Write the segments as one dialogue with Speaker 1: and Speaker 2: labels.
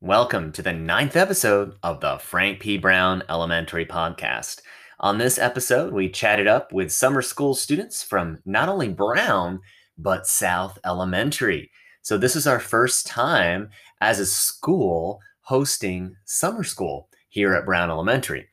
Speaker 1: Welcome to the ninth episode of the Frank P. Brown Elementary Podcast. On this episode, we chatted up with summer school students from not only Brown, but South Elementary. So, this is our first time as a school hosting summer school here at Brown Elementary.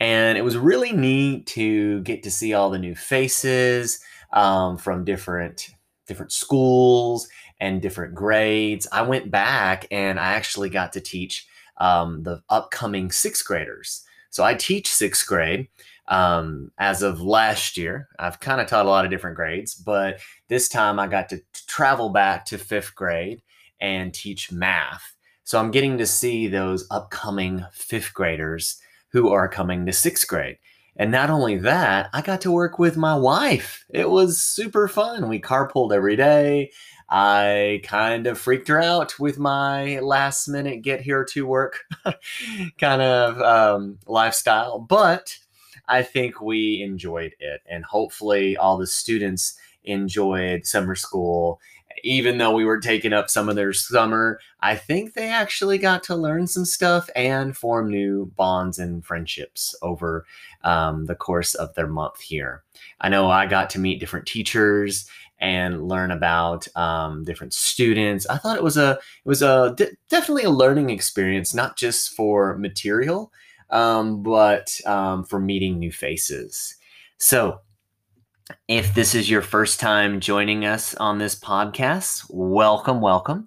Speaker 1: And it was really neat to get to see all the new faces um, from different different schools and different grades. I went back and I actually got to teach um, the upcoming sixth graders. So I teach sixth grade. Um, as of last year, I've kind of taught a lot of different grades, but this time I got to t- travel back to fifth grade and teach math. So I'm getting to see those upcoming fifth graders who are coming to sixth grade. And not only that, I got to work with my wife. It was super fun. We carpooled every day. I kind of freaked her out with my last minute get here to work kind of um, lifestyle, but I think we enjoyed it. And hopefully, all the students enjoyed summer school. Even though we were taking up some of their summer, I think they actually got to learn some stuff and form new bonds and friendships over um, the course of their month here. I know I got to meet different teachers and learn about um, different students. I thought it was a it was a de- definitely a learning experience, not just for material, um, but um, for meeting new faces. So, if this is your first time joining us on this podcast, welcome, welcome.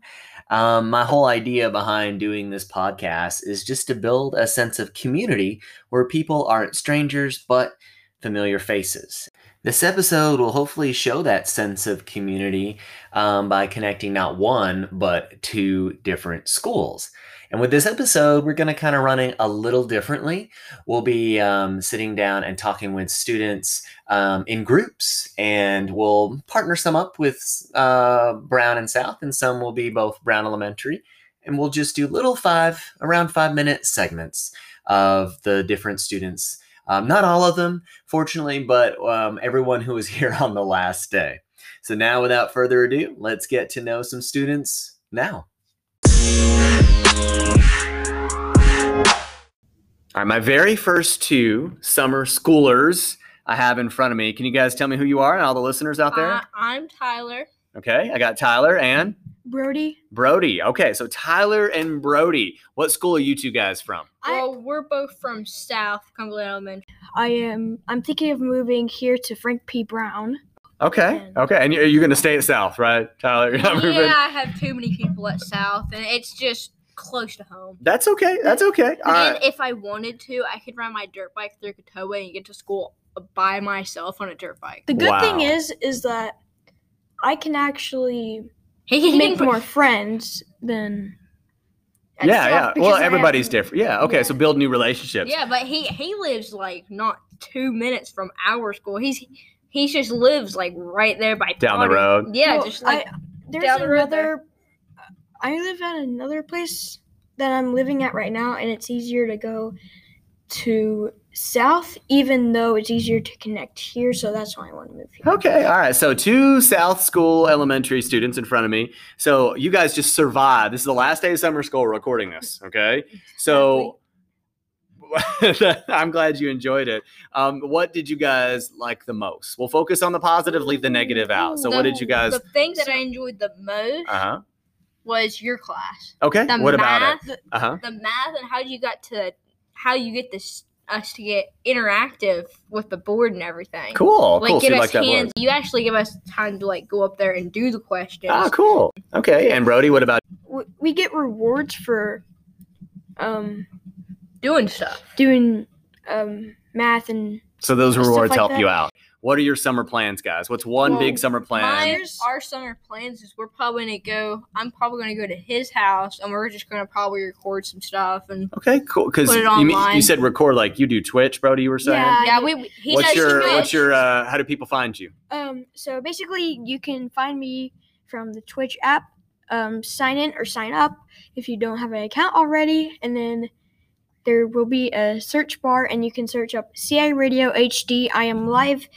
Speaker 1: Um, my whole idea behind doing this podcast is just to build a sense of community where people aren't strangers but familiar faces. This episode will hopefully show that sense of community um, by connecting not one, but two different schools. And with this episode, we're going to kind of run it a little differently. We'll be um, sitting down and talking with students um, in groups, and we'll partner some up with uh, Brown and South, and some will be both Brown Elementary. And we'll just do little five, around five minute segments of the different students' Um, not all of them, fortunately, but um, everyone who was here on the last day. So now, without further ado, let's get to know some students now. All right, my very first two summer schoolers I have in front of me. Can you guys tell me who you are and all the listeners out there?
Speaker 2: Uh, I'm Tyler.
Speaker 1: okay, I got Tyler and
Speaker 3: Brody.
Speaker 1: Brody. Okay, so Tyler and Brody. What school are you two guys from?
Speaker 3: I-
Speaker 2: well, we're both from South Cumberland Elementary.
Speaker 3: I am. I'm thinking of moving here to Frank P. Brown.
Speaker 1: Okay,
Speaker 2: And-
Speaker 1: okay. And you're, you're going to stay at South, right, Tyler? You're not moving-
Speaker 2: Yeah, I have too many people at South, and it's just close to home.
Speaker 1: That's okay. That's okay. All
Speaker 2: and
Speaker 1: right.
Speaker 2: if I wanted to, I could ride my dirt bike through Catawba and get to school by myself on a dirt bike.
Speaker 3: The good thing
Speaker 1: Wow.
Speaker 3: is, is that I can actually
Speaker 2: He can
Speaker 3: make more friends than.
Speaker 2: at
Speaker 1: Yeah,
Speaker 2: South
Speaker 1: yeah.
Speaker 2: because
Speaker 1: Well,
Speaker 2: I have-
Speaker 1: everybody's different. Yeah. Okay.
Speaker 3: Yeah.
Speaker 1: So build new relationships.
Speaker 2: Yeah, but he he lives like not two minutes from our school. He's he just lives like right there by
Speaker 1: Down the
Speaker 2: Potter.
Speaker 1: road.
Speaker 2: Yeah,
Speaker 3: Well,
Speaker 2: just like
Speaker 3: I, there's
Speaker 2: down the road there.
Speaker 3: another. I live at another place that I'm living at right now, and it's easier to go to south, even though it's easier to connect here. So that's why I want to move here.
Speaker 1: Okay. All right. So two South School elementary students in front of me. So you guys just survived. This is the last day of summer school We're recording this. Okay. So I'm glad you enjoyed it. Um, what did you guys like the most? We'll focus on the positive, leave the negative out. So what did you guys?
Speaker 2: Mm-hmm. The thing that I enjoyed the most
Speaker 1: Uh huh.
Speaker 2: was your class.
Speaker 1: Okay.
Speaker 2: The
Speaker 1: What
Speaker 2: math,
Speaker 1: about it? Uh huh.
Speaker 2: The math and how you got to how you get this us to get interactive with the board and everything.
Speaker 1: Cool.
Speaker 2: Like
Speaker 1: cool. So
Speaker 2: give
Speaker 1: you
Speaker 2: us
Speaker 1: like that board.
Speaker 2: hands. You actually give us time to like go up there and do the questions.
Speaker 1: Ah, cool. Okay. And Brody, what about?
Speaker 3: we, we get rewards for um
Speaker 2: Doing stuff.
Speaker 3: doing um math and
Speaker 1: So those
Speaker 3: Stuff
Speaker 1: rewards
Speaker 3: like
Speaker 1: help
Speaker 3: that.
Speaker 1: you out. What are your summer plans, guys? What's one
Speaker 2: Well,
Speaker 1: big summer plan?
Speaker 2: Mine, our summer plans is we're probably gonna go. I'm probably gonna go to his house and we're just gonna probably record some stuff and
Speaker 1: okay, cool. Because
Speaker 2: Put it
Speaker 1: you, mean- you
Speaker 2: online.
Speaker 1: said record like you do Twitch, Brody. You were saying.
Speaker 3: Yeah, I
Speaker 2: yeah.
Speaker 3: do.
Speaker 2: We he
Speaker 1: what's
Speaker 2: does
Speaker 1: your
Speaker 2: Twitch.
Speaker 1: What's your uh, How do people find you?
Speaker 3: um so basically you can find me from the twitch app um sign in or sign up if you don't have an account already and then there will be a search bar and you can search up CI Radio HD. I am live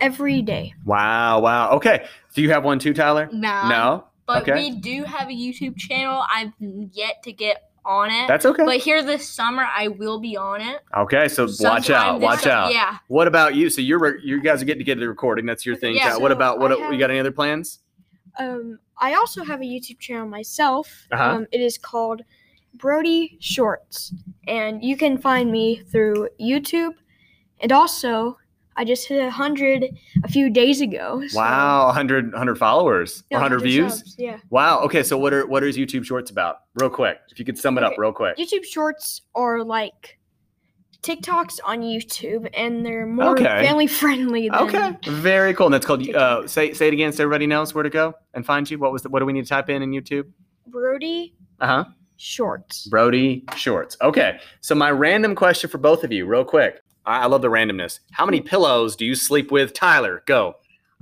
Speaker 3: every day.
Speaker 1: Wow, wow. Okay. Do you have one too, Tyler?
Speaker 2: Nah.
Speaker 1: No?
Speaker 2: But
Speaker 1: okay.
Speaker 2: we do have a YouTube channel. I've yet to get on it.
Speaker 1: That's okay.
Speaker 2: but here this summer, I will be on it.
Speaker 1: Okay, so watch
Speaker 2: Sometime
Speaker 1: out.
Speaker 2: this
Speaker 1: Watch
Speaker 2: sum-
Speaker 1: out.
Speaker 2: Yeah.
Speaker 1: What about you? So you're re- you guys are getting together the recording. That's your thing.
Speaker 2: Yeah.
Speaker 1: Ty- what
Speaker 3: So
Speaker 1: about what
Speaker 3: I
Speaker 1: you
Speaker 3: have-
Speaker 1: got any other plans?
Speaker 3: Um, I also have a YouTube channel myself.
Speaker 1: Uh-huh.
Speaker 3: Um, it is called Brody Shorts, and you can find me through YouTube. And also, I just hit a hundred a few days ago. so-
Speaker 1: Wow, 100 100 followers
Speaker 3: Yeah,
Speaker 1: or 100 views.
Speaker 3: subs, yeah.
Speaker 1: Wow. Okay, so what are what are his YouTube shorts about? Real quick. If you could sum it up
Speaker 3: Okay.
Speaker 1: real quick.
Speaker 3: YouTube Shorts are like TikToks on YouTube, and they're more
Speaker 1: Okay.
Speaker 3: family friendly. Than,
Speaker 1: Okay. Very cool. And that's called uh,
Speaker 3: TikTok.
Speaker 1: say say it again so everybody knows where to go and find you. What was the, what do we need to type in in YouTube?
Speaker 3: Brody
Speaker 1: Uh-huh.
Speaker 3: Shorts.
Speaker 1: Brody Shorts. Okay. So my random question for both of you, real quick. I, I love the randomness. How many pillows do you sleep with, Tyler? Go.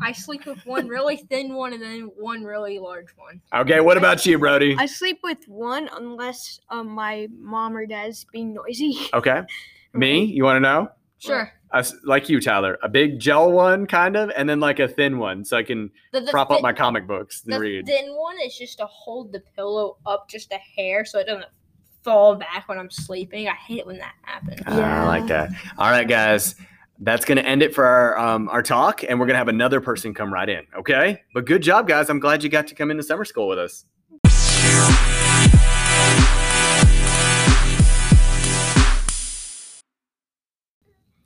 Speaker 2: I sleep with one really thin one and then one really large one.
Speaker 1: Okay. What about you, Brody?
Speaker 3: I sleep with one unless um, my mom or dad's being noisy.
Speaker 1: Okay. Me? You want to know?
Speaker 2: Sure.
Speaker 1: I s- like you, Tyler. A big gel one, kind of, and then like a thin one, so I can
Speaker 2: The, the
Speaker 1: prop
Speaker 2: thi-
Speaker 1: up my comic books and
Speaker 2: the
Speaker 1: read.
Speaker 2: thin one is just to hold the pillow up just a hair so it doesn't fall back when I'm sleeping. I hate it when that happens.
Speaker 1: Ah, I like that. All right, guys. That's going to end it for our um, our talk, and we're going to have another person come right in. Okay. But good job, guys. I'm glad you got to come into summer school with us.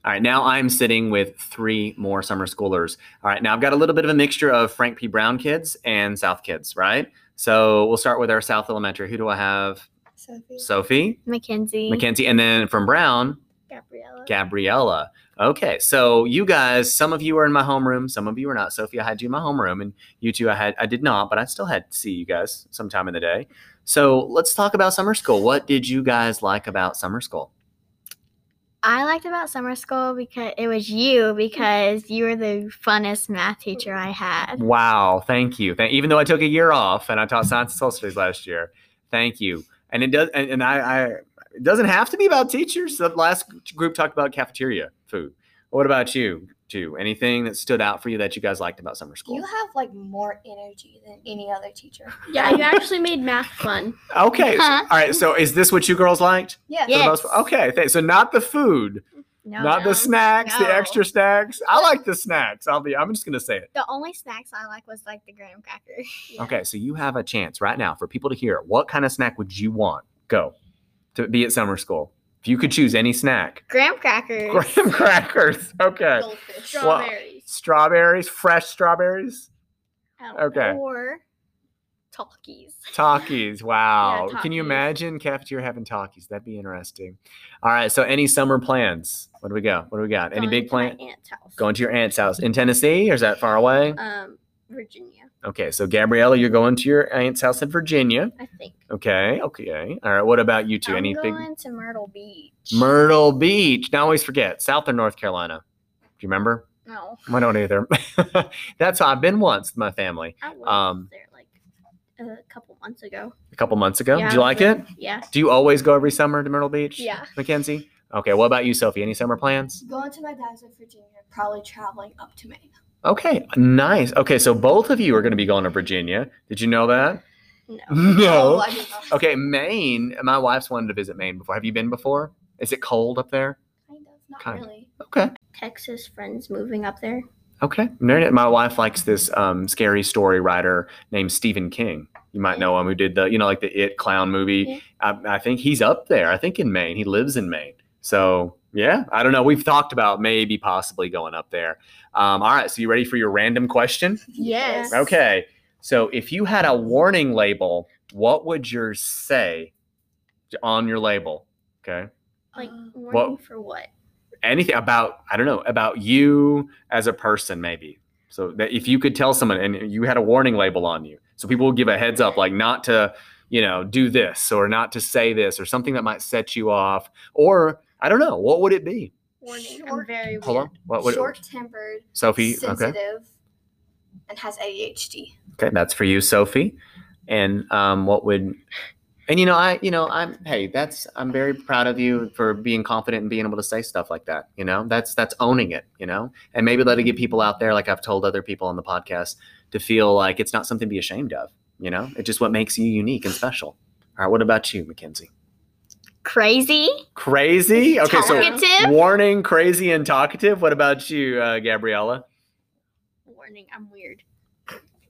Speaker 1: All right, now I'm sitting with three more summer schoolers. All right, now I've got a little bit of a mixture of Frank P. Brown kids and South kids, right? So we'll start with our South Elementary. Who do I have?
Speaker 4: Sophie.
Speaker 1: Sophie,
Speaker 4: Mackenzie.
Speaker 1: Mackenzie, and then from Brown,
Speaker 4: Gabriella.
Speaker 1: Gabriella. Okay, so you guys, some of you are in my homeroom, some of you are not. Sophie, I had you in my homeroom, and you two, I had, I did not, but I still had to see you guys sometime in the day. So let's talk about summer school. What did you guys like about summer school?
Speaker 4: I liked about summer school because it was you because you were the funnest math teacher I had.
Speaker 1: Wow, thank you. Thank, even though I took a year off and I taught science and social studies last year, thank you. And it does, and, and I, I, it doesn't have to be about teachers. The last group talked about cafeteria food. What about you? Two, anything that stood out for you that you guys liked about summer school?
Speaker 5: You have like more energy than any other teacher.
Speaker 6: Yeah, you actually made math fun.
Speaker 1: Okay.
Speaker 4: Huh?
Speaker 1: All right. So is this what you girls liked?
Speaker 5: Yeah.
Speaker 1: For the
Speaker 4: Yeah.
Speaker 1: most part? Okay. Th- so not the food,
Speaker 4: No,
Speaker 1: not
Speaker 4: no.
Speaker 1: the snacks,
Speaker 4: No.
Speaker 1: the extra snacks. I like the snacks. I'll be. I'm just gonna say it.
Speaker 4: The only snacks I like was like the graham cracker.
Speaker 1: Okay. So you have a chance right now for people to hear what kind of snack would you want? Go to be at summer school if you could choose any snack.
Speaker 4: Graham crackers.
Speaker 1: Graham crackers. Okay.
Speaker 6: Goldfish.
Speaker 1: Well-
Speaker 6: Strawberries.
Speaker 1: Strawberries, fresh strawberries,
Speaker 4: Um,
Speaker 1: Okay.
Speaker 4: Or talkies.
Speaker 1: Talkies. Wow. Can you
Speaker 6: Takis.
Speaker 1: imagine cafeteria having talkies? That'd be interesting. All right. So any summer plans? What do we got? What do we got? any
Speaker 6: Going
Speaker 1: big
Speaker 6: to my
Speaker 1: plan?
Speaker 6: Aunt's house.
Speaker 1: Going to your aunt's house in Tennessee, or is that far away?
Speaker 6: Um, Virginia,
Speaker 1: Okay, so Gabriella, you're going to your aunt's house in Virginia.
Speaker 6: I think.
Speaker 1: Okay, okay. All right, what about you 2
Speaker 4: I'm
Speaker 1: Any big
Speaker 4: going to Myrtle Beach.
Speaker 1: Myrtle Beach. Now I always forget, South or North Carolina. Do you remember?
Speaker 6: No,
Speaker 1: I don't either. That's how I've been once with my family
Speaker 6: I was
Speaker 1: Um,
Speaker 6: there like a couple months ago.
Speaker 1: a couple months ago.
Speaker 6: Yeah,
Speaker 1: Do you
Speaker 6: I
Speaker 1: like
Speaker 6: was
Speaker 1: it?
Speaker 6: there. Yeah.
Speaker 1: Do you always go every summer to Myrtle Beach?
Speaker 6: Yeah.
Speaker 1: Mackenzie? Okay, what about you, Sophie? Any summer plans?
Speaker 5: Going to my dad's in Virginia, probably traveling up to Maine.
Speaker 1: Okay, nice. Okay, so both of you are going to be going to Virginia. Did you know that?
Speaker 6: No.
Speaker 1: Mm-hmm. No.
Speaker 5: Oh, I did not.
Speaker 1: Okay, Maine. My wife's wanted to visit Maine before. Have you been before? Is it cold up there?
Speaker 5: Kind of, not
Speaker 1: Kind of.
Speaker 5: really.
Speaker 1: Okay.
Speaker 6: Texas friends moving up there.
Speaker 1: Okay. No, no, My wife likes this um, scary story writer named Stephen King. You might know him who did the, you know, like the It Clown movie. I, I think he's up there. I think in Maine. He lives in Maine. So, yeah, I don't know. We've talked about maybe possibly going up there. Um, all right. So, you ready for your random question?
Speaker 6: Yes.
Speaker 1: Okay. So if you had a warning label, what would yours say on your label? Okay.
Speaker 6: Like
Speaker 5: Uh,
Speaker 7: Oh.
Speaker 6: warning for what?
Speaker 1: Anything about, I don't know, about you as a person, maybe. So that if you could tell someone and you had a warning label on you, so people will give a heads up, like not to, you know, do this or not to say this or something that might set you off. Or I don't know, what would it be?
Speaker 6: Warning. I'm
Speaker 5: Short-
Speaker 6: very
Speaker 1: Hold on.
Speaker 6: weird.
Speaker 1: What would
Speaker 5: Short tempered,
Speaker 1: Sophie? Okay.
Speaker 5: sensitive, and has ADHD.
Speaker 1: Okay. That's for you, Sophie. And um, what would And you know, I you know, I'm hey, that's I'm very proud of you for being confident and being able to say stuff like that. You know, that's that's owning it. You know, and maybe that'll get people out there, like I've told other people on the podcast, to feel like it's not something to be ashamed of. You know, it's just what makes you unique and special. All right, what about you, Mackenzie?
Speaker 4: Crazy,
Speaker 1: Crazy. Okay, so
Speaker 4: talkative.
Speaker 1: warning, crazy and talkative. What about you, uh, Gabriella?
Speaker 6: Warning, I'm weird.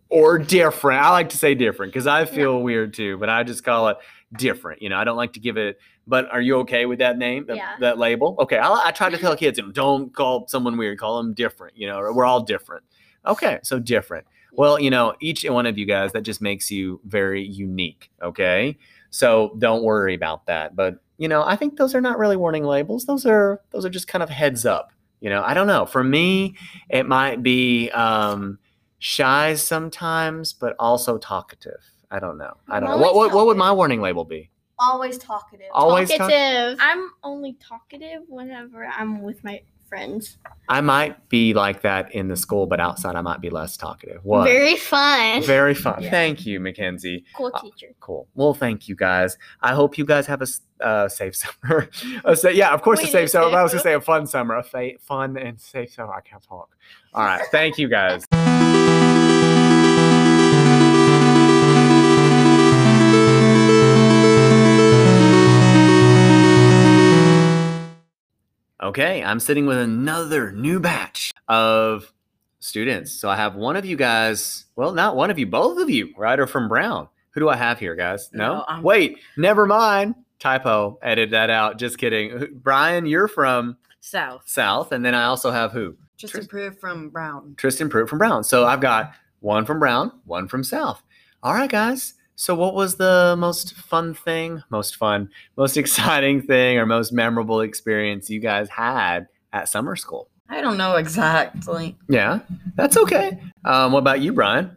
Speaker 1: or different. I like to say different because I feel weird too, but I just call it different. You know, I don't like to give it. But are you okay with that name, that,
Speaker 6: Yeah.
Speaker 1: that label? Okay, I, I try to tell kids, you know, don't call someone weird. Call them different. You know, we're all different. Okay, so different. Well, you know, each one of you guys that just makes you very unique. Okay, so don't worry about that. But you know, I think those are not really warning labels. Those are those are just kind of heads up. You know, I don't know. For me, it might be um, shy sometimes, but also talkative. I don't know. I don't know. What, what what would my warning label be?
Speaker 5: Always talkative.
Speaker 1: Always talk-
Speaker 4: talkative.
Speaker 6: I'm only talkative whenever I'm with my friends.
Speaker 1: I might be like that in the school, but outside I might be less talkative. What?
Speaker 4: Very fun.
Speaker 1: Very fun. Thank you, Mackenzie.
Speaker 6: Cool
Speaker 1: Uh,
Speaker 6: teacher.
Speaker 1: Cool. Well, thank you guys. I hope you guys have a s- uh, safe summer. a sa- yeah, of course, a
Speaker 6: We
Speaker 1: safe
Speaker 6: did
Speaker 1: summer. but I was
Speaker 6: safe.
Speaker 1: going to say a fun summer, a fa- fun and safe summer. I can't talk. All right. Thank you guys. Okay, I'm sitting with another new batch of students. So I have one of you guys, well, not one of you, both of you, right, are from Brown. Who do I have here, guys? No?
Speaker 8: No, Oh, I'm-
Speaker 1: Wait, never mind. Typo, edit that out. Just kidding. Who- Brian, you're from
Speaker 8: South.
Speaker 1: South. And then I also have who?
Speaker 8: Just
Speaker 1: Tris-
Speaker 8: improved from Brown.
Speaker 1: Tristan Pruitt from Brown. So I've got one from Brown, one from South. All right, guys. So what was the most fun thing, most fun, most exciting thing, or most memorable experience you guys had at summer school?
Speaker 8: I don't know exactly.
Speaker 1: Yeah, that's okay. Um, what about you, Brian?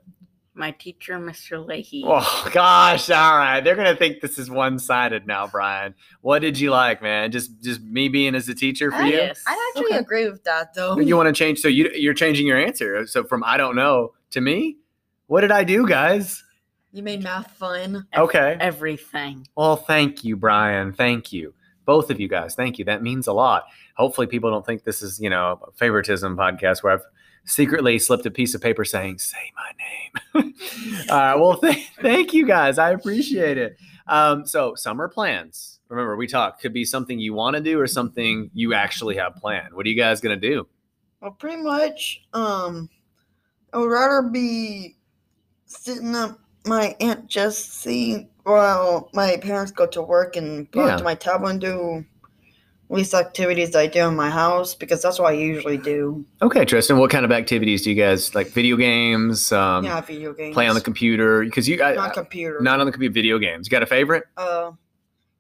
Speaker 8: My teacher, Mr. Leahy.
Speaker 1: Oh gosh, all right. They're gonna think this is one-sided now, Brian. What did you like, man? Just just me being as a teacher for
Speaker 8: I,
Speaker 1: you?
Speaker 8: I actually
Speaker 1: Okay.
Speaker 8: agree with that though.
Speaker 1: You want to change? So you you're changing your answer. So from I don't know to me. What did I do, guys?
Speaker 8: You made math fun.
Speaker 1: Okay.
Speaker 8: Everything.
Speaker 1: Well, Oh, thank you, Brian. Thank you. Both of you guys, thank you. That means a lot. Hopefully, people don't think this is, you know, a favoritism podcast where I've secretly slipped a piece of paper saying, say my name. All right. Well, th- thank you guys. I appreciate it. Um, so, summer plans. Remember, we talked could be something you want to do or something you actually have planned. What are you guys going to do?
Speaker 9: Well, pretty much, um, I would rather be sitting up my Aunt Jessie while my parents go to work and put
Speaker 1: Yeah.
Speaker 9: to my tablet and do least activities I do in my house because that's what I usually do.
Speaker 1: Okay, Tristan, what kind of activities do you guys like? Video games, um,
Speaker 9: yeah, video games.
Speaker 1: play on the computer? Because you, I,
Speaker 9: not
Speaker 1: I-
Speaker 9: computer.
Speaker 1: not on the computer, video games. You got a favorite?
Speaker 9: uh,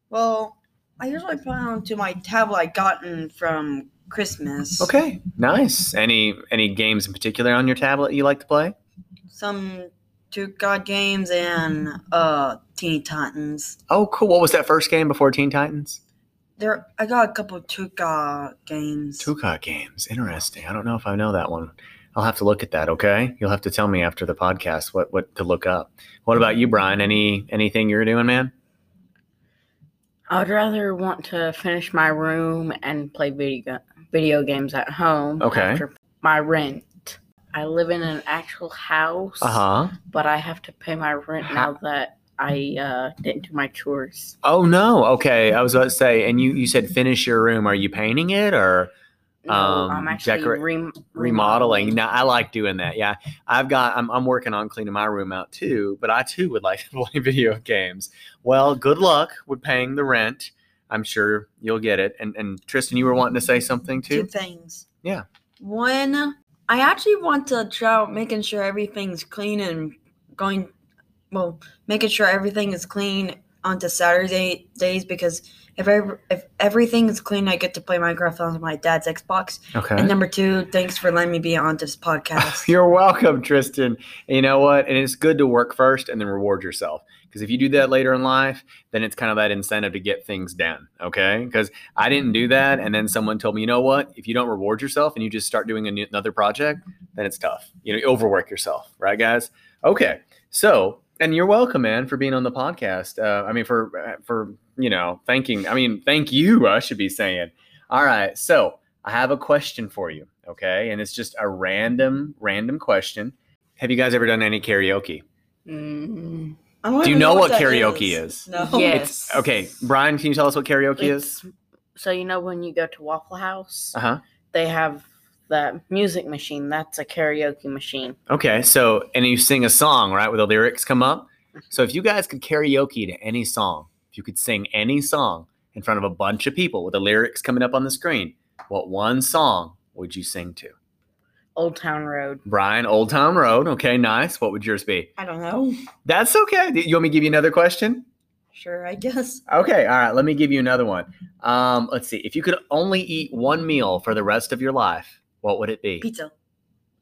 Speaker 10: Well, I usually put on to my tablet I gotten from Christmas.
Speaker 1: Okay, nice. Any any games in particular on your tablet you like to play?
Speaker 10: Some two God games and uh Teeny Titans.
Speaker 1: Oh, cool. What was that first game before Teen Titans?
Speaker 10: There, I got a couple two God games.
Speaker 1: Tuca games. Interesting. I don't know if I know that one. I'll have to look at that. Okay, you'll have to tell me after the podcast what what to look up. What about you, Brian? Any anything you're doing, man?
Speaker 8: I'd rather want to finish my room and play video video games at home.
Speaker 1: Okay.
Speaker 8: After my rent. I live in an actual house,
Speaker 1: Uh huh.
Speaker 8: but I have to pay my rent now that I uh, didn't do my chores.
Speaker 1: Oh no. Okay, I was about to say. And you you said finish your room. Are you painting it or?
Speaker 8: No,
Speaker 1: Um,
Speaker 8: I'm actually
Speaker 1: decora-
Speaker 8: rem-
Speaker 1: remodeling. Now I like doing that. Yeah, I've got. I'm, I'm working on cleaning my room out too, but I too would like to play video games. Well, good luck with paying the rent. I'm sure you'll get it. And and Tristan, you were wanting to say something
Speaker 10: Two
Speaker 1: too.
Speaker 10: things.
Speaker 1: Yeah.
Speaker 10: One, I actually want to try out making sure everything's clean and going, well, making sure everything is clean onto Saturday days because if I, if everything is clean, I get to play Minecraft on my dad's Xbox. And
Speaker 1: Okay.
Speaker 10: number two, thanks for letting me be on this podcast.
Speaker 1: You're welcome, Tristan. And you know what? And it's good to work first and then reward yourself. Because if you do that later in life, then it's kind of that incentive to get things done. Okay. Because I didn't do that. And then someone told me, you know what? If you don't reward yourself and you just start doing a new- another project, then it's tough. You know, you overwork yourself, right, guys? Okay. So and you're welcome, man, for being on the podcast. Uh, I mean, for for you know, thanking. I mean, thank you. I should be saying. All right, so I have a question for you. Okay, and it's just a random, random question. Have you guys ever done any karaoke?
Speaker 8: Mm.
Speaker 10: I don't
Speaker 1: Do you
Speaker 10: even
Speaker 1: know what
Speaker 10: that
Speaker 1: karaoke is?
Speaker 10: No.
Speaker 8: Yes.
Speaker 1: Okay, Brian, can you tell us what karaoke is?
Speaker 8: So you know when you go to Waffle House,
Speaker 1: Uh huh.
Speaker 8: they have the music machine. That's a karaoke machine.
Speaker 1: Okay, so and you sing a song, right? Where the lyrics come up. So if you guys could karaoke to any song, if you could sing any song in front of a bunch of people with the lyrics coming up on the screen, what one song would you sing to?
Speaker 8: Old Town Road.
Speaker 1: Brian, Old Town Road. Okay, nice. What would yours be?
Speaker 10: I don't know.
Speaker 1: That's okay. You want me to give you another question?
Speaker 10: Sure, I guess.
Speaker 1: Okay, all right. Let me give you another one. Um, let's see. If you could only eat one meal for the rest of your life, what would it be?
Speaker 10: Pizza.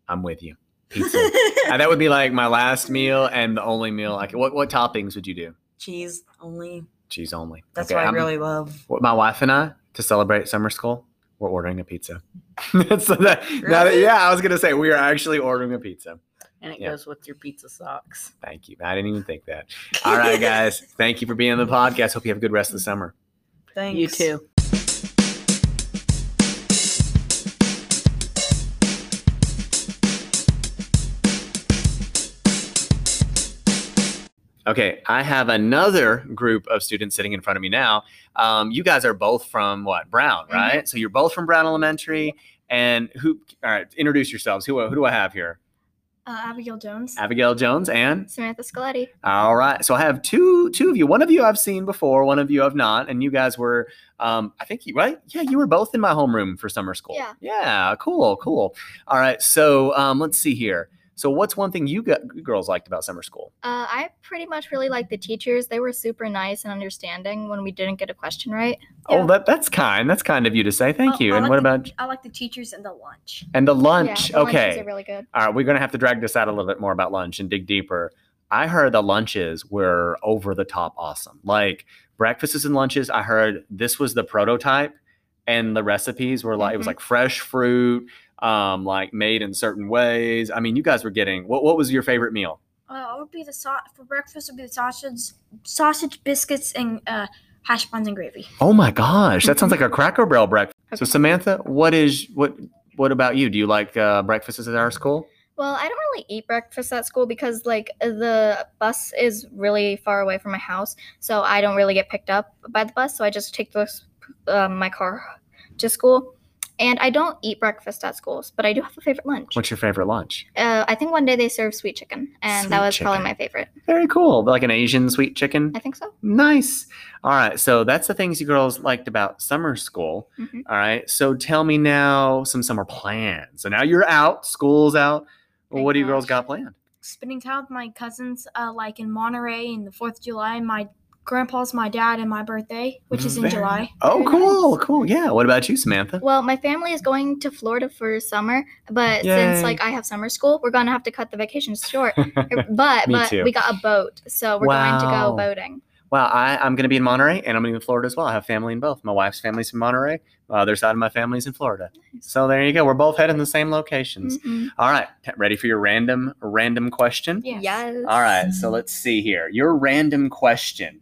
Speaker 1: I'm with you. Pizza. Uh, that would be like my last meal and the only meal. Like, what what toppings would you do?
Speaker 10: Cheese only.
Speaker 1: Cheese only.
Speaker 10: That's
Speaker 1: Okay,
Speaker 10: what I
Speaker 1: I'm-
Speaker 10: really love.
Speaker 1: What my wife and I to celebrate summer school, we're ordering a pizza. That's that, now that-
Speaker 10: Really?
Speaker 1: yeah, I was gonna say we are actually ordering a pizza.
Speaker 8: And it
Speaker 1: Yeah.
Speaker 8: goes with your pizza socks.
Speaker 1: Thank you. I didn't even think that. All right, guys. Thank you for being on the podcast. Hope you have a good rest of the summer.
Speaker 10: Thanks.
Speaker 8: You too.
Speaker 1: Okay, I have another group of students sitting in front of me now. Um, you guys are both from what Brown, right? So you're both from Brown Elementary. And who? All right, introduce yourselves. Who who do I have here?
Speaker 4: Uh, Abigail Jones.
Speaker 1: Abigail Jones and
Speaker 4: Samantha Scoletti.
Speaker 1: all right. So I have two two of you. One of you I've seen before. One of you I've not. And you guys were, um, I think you right. Yeah, you were both in my homeroom for summer school.
Speaker 4: Yeah.
Speaker 1: Yeah. Cool. Cool. All right. So um, let's see here. So what's one thing you got, you girls liked about summer school?
Speaker 7: Uh, I pretty much really liked the teachers. They were super nice and understanding when we didn't get a question right.
Speaker 1: Oh, that that's kind. That's kind of you to say. Thank
Speaker 5: Oh,
Speaker 1: you.
Speaker 5: I
Speaker 1: and
Speaker 5: like
Speaker 1: what
Speaker 5: the-
Speaker 1: about
Speaker 5: I like the teachers and the lunch.
Speaker 1: and the lunch?
Speaker 7: Yeah, the
Speaker 1: okay.
Speaker 7: lunches are really good.
Speaker 1: All right, we're going to have to drag this out a little bit more about lunch and dig deeper. I heard the lunches were over the top awesome. Like breakfasts and lunches, I heard this was the prototype and the recipes were like, it
Speaker 7: Mm-hmm.
Speaker 1: was like fresh fruit, um, like made in certain ways. I mean, you guys were getting, what, what was your favorite meal?
Speaker 5: Uh, it would be the sa- for breakfast. Would be the sausage, sausage biscuits, and uh, hash buns and gravy.
Speaker 1: Oh my gosh, that sounds like a Cracker Barrel breakfast. So Samantha, what is, what, what about you? Do you like uh, breakfasts at our school?
Speaker 7: Well, I don't really eat breakfast at school because like the bus is really far away from my house, so I don't really get picked up by the bus. So I just take this um, my car to school, and I don't eat breakfast at schools, but I do have a favorite lunch.
Speaker 1: What's your favorite lunch?
Speaker 7: Uh, I think one day they served sweet chicken, and that
Speaker 1: Sweet
Speaker 7: was probably
Speaker 1: chicken.
Speaker 7: my favorite.
Speaker 1: Very cool. Like an Asian sweet chicken?
Speaker 7: I think so.
Speaker 1: Nice. All right. So that's the things you girls liked about summer school.
Speaker 7: Mhm.
Speaker 1: All right. So tell me now some summer plans. So now you're out, school's out. Well, what do you girls got planned?
Speaker 5: Spending time with my cousins, uh, like in Monterey, and the Fourth of July. My grandpa's, my dad, and my birthday, which is in
Speaker 1: Very-
Speaker 5: July.
Speaker 1: Oh, cool. Cool. Yeah. What about you, Samantha?
Speaker 7: Well, my family is going to Florida for summer, but
Speaker 1: Yay.
Speaker 7: since like I have summer school, we're gonna have to cut the vacations short. but
Speaker 1: Me
Speaker 7: but
Speaker 1: too.
Speaker 7: we got a boat, so we're going to
Speaker 1: Wow.
Speaker 7: go boating.
Speaker 1: Well, I, I'm going to be in Monterey and I'm going to be in Florida as well. I have family in both. My wife's family's in Monterey. My other side of my family's in Florida. So there you go. We're both heading the same locations.
Speaker 7: Mhm.
Speaker 1: All right. Ready for your random, random question?
Speaker 7: Yes.
Speaker 1: All right, so let's see here. Your random question.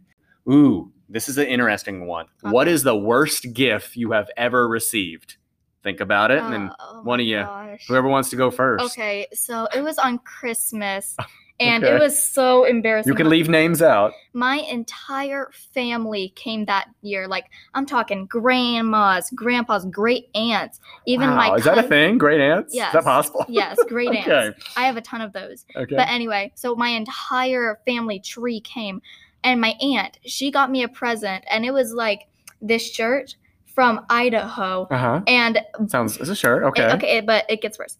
Speaker 1: Ooh, this is an interesting one. What is the worst gift you have ever received? Think about it, and then
Speaker 7: Oh,
Speaker 1: one of you,
Speaker 7: gosh.
Speaker 1: whoever wants to go first.
Speaker 7: Okay, so it was on Christmas, and it
Speaker 1: Okay.
Speaker 7: was so embarrassing.
Speaker 1: You can leave names out.
Speaker 7: My entire family came that year. Like I'm talking grandmas, grandpas, great aunts, even
Speaker 1: wow,
Speaker 7: my
Speaker 1: is that a
Speaker 7: cous-
Speaker 1: thing? Great aunts? Is that
Speaker 7: Yes.
Speaker 1: possible?
Speaker 7: Yes, great aunts.
Speaker 1: Okay.
Speaker 7: I have a ton of those.
Speaker 1: Okay.
Speaker 7: But anyway, so my entire family tree came, and my aunt, she got me a present, and it was like this shirt from Idaho.
Speaker 1: Uh huh.
Speaker 7: And
Speaker 1: Sounds. It's a shirt.
Speaker 7: it-
Speaker 1: Okay.
Speaker 7: okay, it- but it gets worse.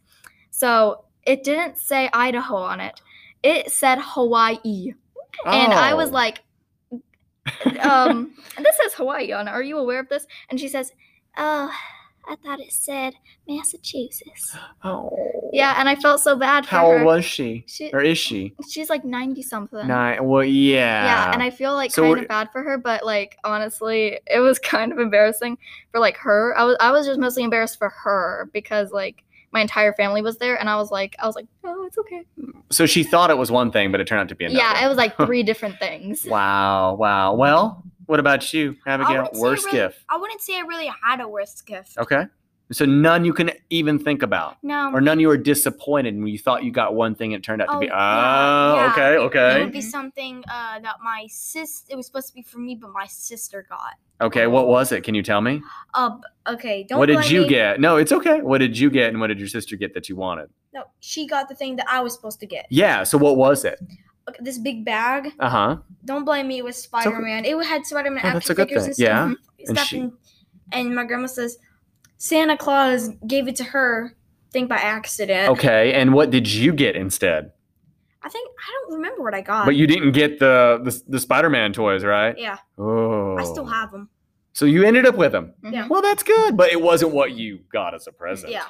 Speaker 7: So it didn't say Idaho on it, it said Hawaii. And I was
Speaker 1: Oh.
Speaker 7: like, um, this says Hawaii on it. Are you aware of this? And she says, oh, I thought it said Massachusetts.
Speaker 1: Oh.
Speaker 7: Yeah, and I felt so bad for
Speaker 1: How
Speaker 7: her.
Speaker 1: old was she?
Speaker 7: She-
Speaker 1: Or is she?
Speaker 7: She's like 90 something.
Speaker 1: Nine. Well, yeah.
Speaker 7: Yeah, and I feel like
Speaker 1: So
Speaker 7: kind
Speaker 1: we're-
Speaker 7: of bad for her, but like honestly, it was kind of embarrassing for like her. I was I was just mostly embarrassed for her because like
Speaker 11: my entire family was there, and I was like, I was like, oh, it's okay.
Speaker 1: So she thought it was one thing, but it turned out to be another.
Speaker 11: Yeah, it was like three different things.
Speaker 1: Wow, wow. Well, what about you, Abigail?
Speaker 2: wouldn't say I
Speaker 1: Worst
Speaker 2: really-
Speaker 1: gift.
Speaker 2: I wouldn't say I really had a worst gift.
Speaker 1: Okay. So none you can even think about.
Speaker 2: No.
Speaker 1: Or none you were disappointed when you thought you got one thing and it turned out to
Speaker 2: Oh,
Speaker 1: be
Speaker 2: yeah,
Speaker 1: oh
Speaker 2: yeah,
Speaker 1: okay,
Speaker 2: it-
Speaker 1: okay.
Speaker 2: It would be something uh, that my sis. It was supposed to be for me, but my sister got.
Speaker 1: okay, what was it? Can you tell me?
Speaker 2: Uh, okay. Don't.
Speaker 1: what did
Speaker 2: blame
Speaker 1: you
Speaker 2: me.
Speaker 1: get? No, it's okay. What did you get and what did your sister get that you wanted?
Speaker 2: No, she got the thing that I was supposed to get.
Speaker 1: Yeah, so what was it?
Speaker 2: Okay, this big bag.
Speaker 1: Uh-huh.
Speaker 2: Don't blame me. It was Spider Man. It had Spider Man
Speaker 1: Oh, that's
Speaker 2: action
Speaker 1: a good
Speaker 2: figures
Speaker 1: thing.
Speaker 2: and stuff.
Speaker 1: Yeah.
Speaker 2: And,
Speaker 1: And
Speaker 2: stuff
Speaker 1: she-
Speaker 2: and, and my grandma says Santa Claus gave it to her. I Think by accident.
Speaker 1: Okay, and what did you get instead?
Speaker 2: I think I don't remember what I got.
Speaker 1: But you didn't get the the, the Spider-Man toys, right?
Speaker 2: Yeah.
Speaker 1: Oh.
Speaker 2: I still have them.
Speaker 1: So you ended up with them.
Speaker 2: Yeah.
Speaker 1: Well, that's good, but it wasn't what you got as a present.
Speaker 2: Yeah.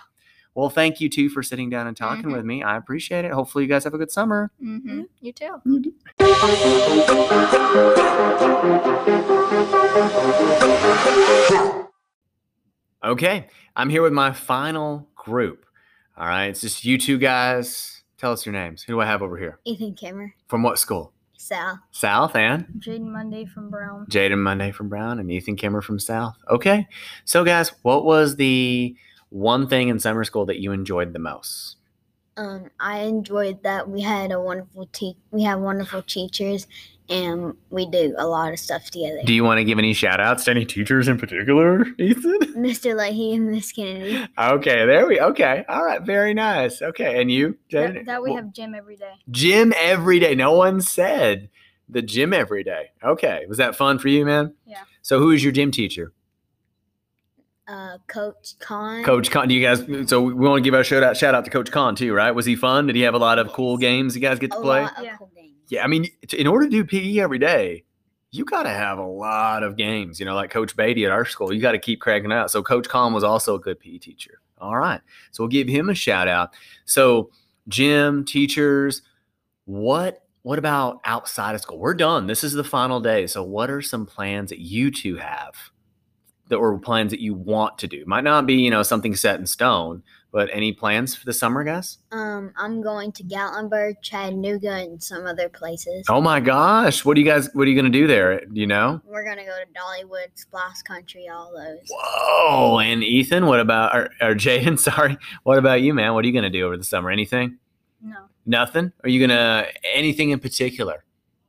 Speaker 1: Well, thank you too for sitting down and talking with me. I appreciate it. Hopefully, you guys have a good summer.
Speaker 11: Mm-hmm. You too.
Speaker 1: Okay, I'm here with my final group. All right, it's just you two guys. Tell us your names. Who do I have over here?
Speaker 7: Ethan Kimmer,
Speaker 1: From what school?
Speaker 7: Sal,
Speaker 1: South and
Speaker 7: Jaden Monday from Brown.
Speaker 1: Jaden Monday from Brown and Ethan Kimmer from South. Okay, so guys, what was the one thing in summer school that you enjoyed the most?
Speaker 7: Um, I enjoyed that we had a wonderful te- we have wonderful teachers, and we do a lot of stuff together.
Speaker 1: Do you want to give any shout outs to any teachers in particular, Ethan?
Speaker 7: Mr. Leahy and Miss Kennedy.
Speaker 1: Okay, there we okay. All right, very nice. Okay, and you, Jaden?
Speaker 7: that we
Speaker 1: Well,
Speaker 7: have gym every day.
Speaker 1: gym every day. No one said the gym every day. Okay, was that fun for you, man?
Speaker 7: Yeah.
Speaker 1: So, who is your gym teacher?
Speaker 7: Uh, Coach Con.
Speaker 1: Coach Con. Do you guys? So, we want to give our shout out shout out to Coach Con too, right? Was he fun? Did he have a lot of cool games you guys get to
Speaker 7: A
Speaker 1: play?
Speaker 7: lot of cool games.
Speaker 1: Yeah, I mean, t- in order to do PE every day, you got to have a lot of games. You know, like Coach Beatty at our school, you got to keep cracking out. So Coach Con was also a good PE teacher. All right, so we'll give him a shout out. So gym teachers, what what about outside of school? We're done. This is the final day. So what are some plans that you two have? That were plans that you want to do. Might not be, you know, something set in stone, but any plans for the summer, guys?
Speaker 7: Um, I'm going to Gatlinburg, Chattanooga, and some other places.
Speaker 1: Oh my gosh. What do you guys what are you gonna do there? Do you know?
Speaker 7: We're gonna go to Dollywood, Splash Country, all those.
Speaker 1: Oh, and Ethan, what about or, or Jaden? Sorry, what about you, man? What are you gonna do over the summer? Anything?
Speaker 7: No.
Speaker 1: Nothing? Are you gonna anything in particular,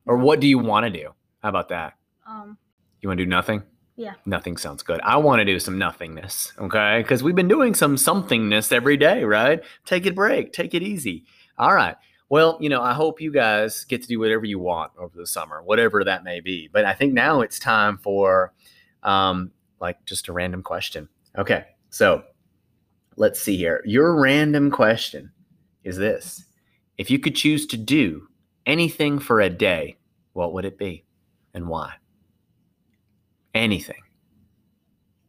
Speaker 1: or what do you want to do? How about that?
Speaker 2: Um.
Speaker 1: You want to do nothing?
Speaker 2: Yeah.
Speaker 1: Nothing sounds good. I want to do some nothingness, okay? Because we've been doing some somethingness every day, right? Take a break, take it easy. All right. Well, you know, I hope you guys get to do whatever you want over the summer, whatever that may be. But I think now it's time for um, like just a random question. Okay. So let's see here. Your random question is this If you could choose to do anything for a day, what would it be and why? anything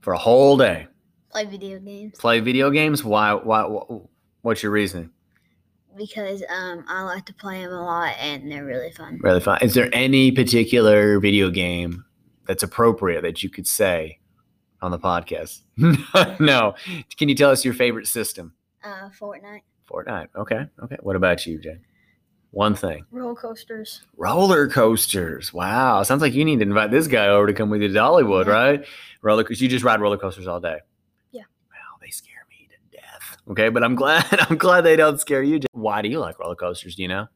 Speaker 1: for a whole day.
Speaker 7: Play video games
Speaker 1: Play video games. Why? Why? wh- What's your reasoning?
Speaker 7: because um I like to play them a lot and they're really fun.
Speaker 1: Really fun. Is there any particular video game that's appropriate that you could say on the podcast? no. Can you tell us your favorite system?
Speaker 7: Uh, Fortnite.
Speaker 1: Fortnite. Okay. Okay. What about you, Jen? One thing.
Speaker 2: Roller coasters.
Speaker 1: Roller coasters. Wow. Sounds like you need to invite this guy over to come with you to Dollywood, right? Roller coasters. You just ride roller coasters all day.
Speaker 2: Yeah.
Speaker 1: Wow, they scare me to death. Okay, but I'm glad I'm glad they don't scare you. Jen. Why do you like roller coasters? Do you know?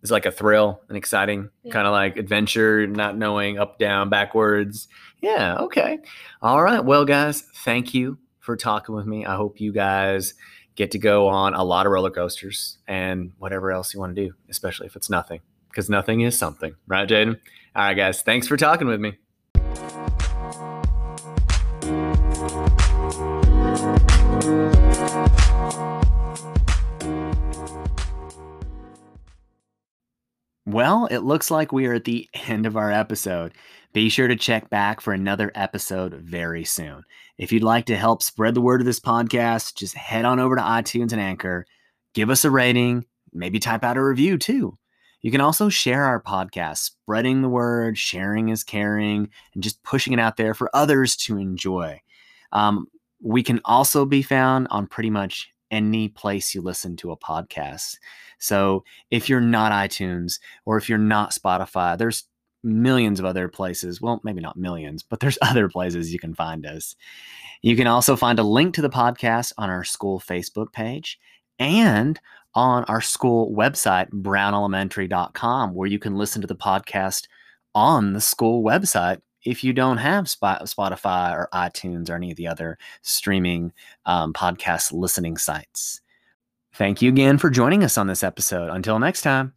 Speaker 1: It's like a thrill, an exciting
Speaker 3: Yeah.
Speaker 1: kind of like adventure, not knowing up, down, backwards. Yeah. Okay. All right. Well, guys, thank you for talking with me. I hope you guys get to go on a lot of roller coasters and whatever else you want to do, especially if it's nothing, because nothing is something, right, Jaden? All right, guys. Thanks for talking with me.
Speaker 3: Well, it looks like we are at the end of our episode. Be sure to check back for another episode very soon. If you'd like to help spread the word of this podcast, just head on over to iTunes and Anchor, give us a rating, maybe type out a review too. You can also share our podcast, spreading the word, sharing is caring, and just pushing it out there for others to enjoy. Um,
Speaker 1: We can also be found on pretty much any place you listen to a podcast. So if you're not iTunes or if you're not Spotify, there's millions of other places. Well, maybe not millions, but there's other places you can find us. You can also find a link to the podcast on our school Facebook page and on our school website, brownelementary.com, where you can listen to the podcast on the school website if you don't have Spot- Spotify or iTunes or any of the other streaming um, podcast listening sites. Thank you again for joining us on this episode. Until next time.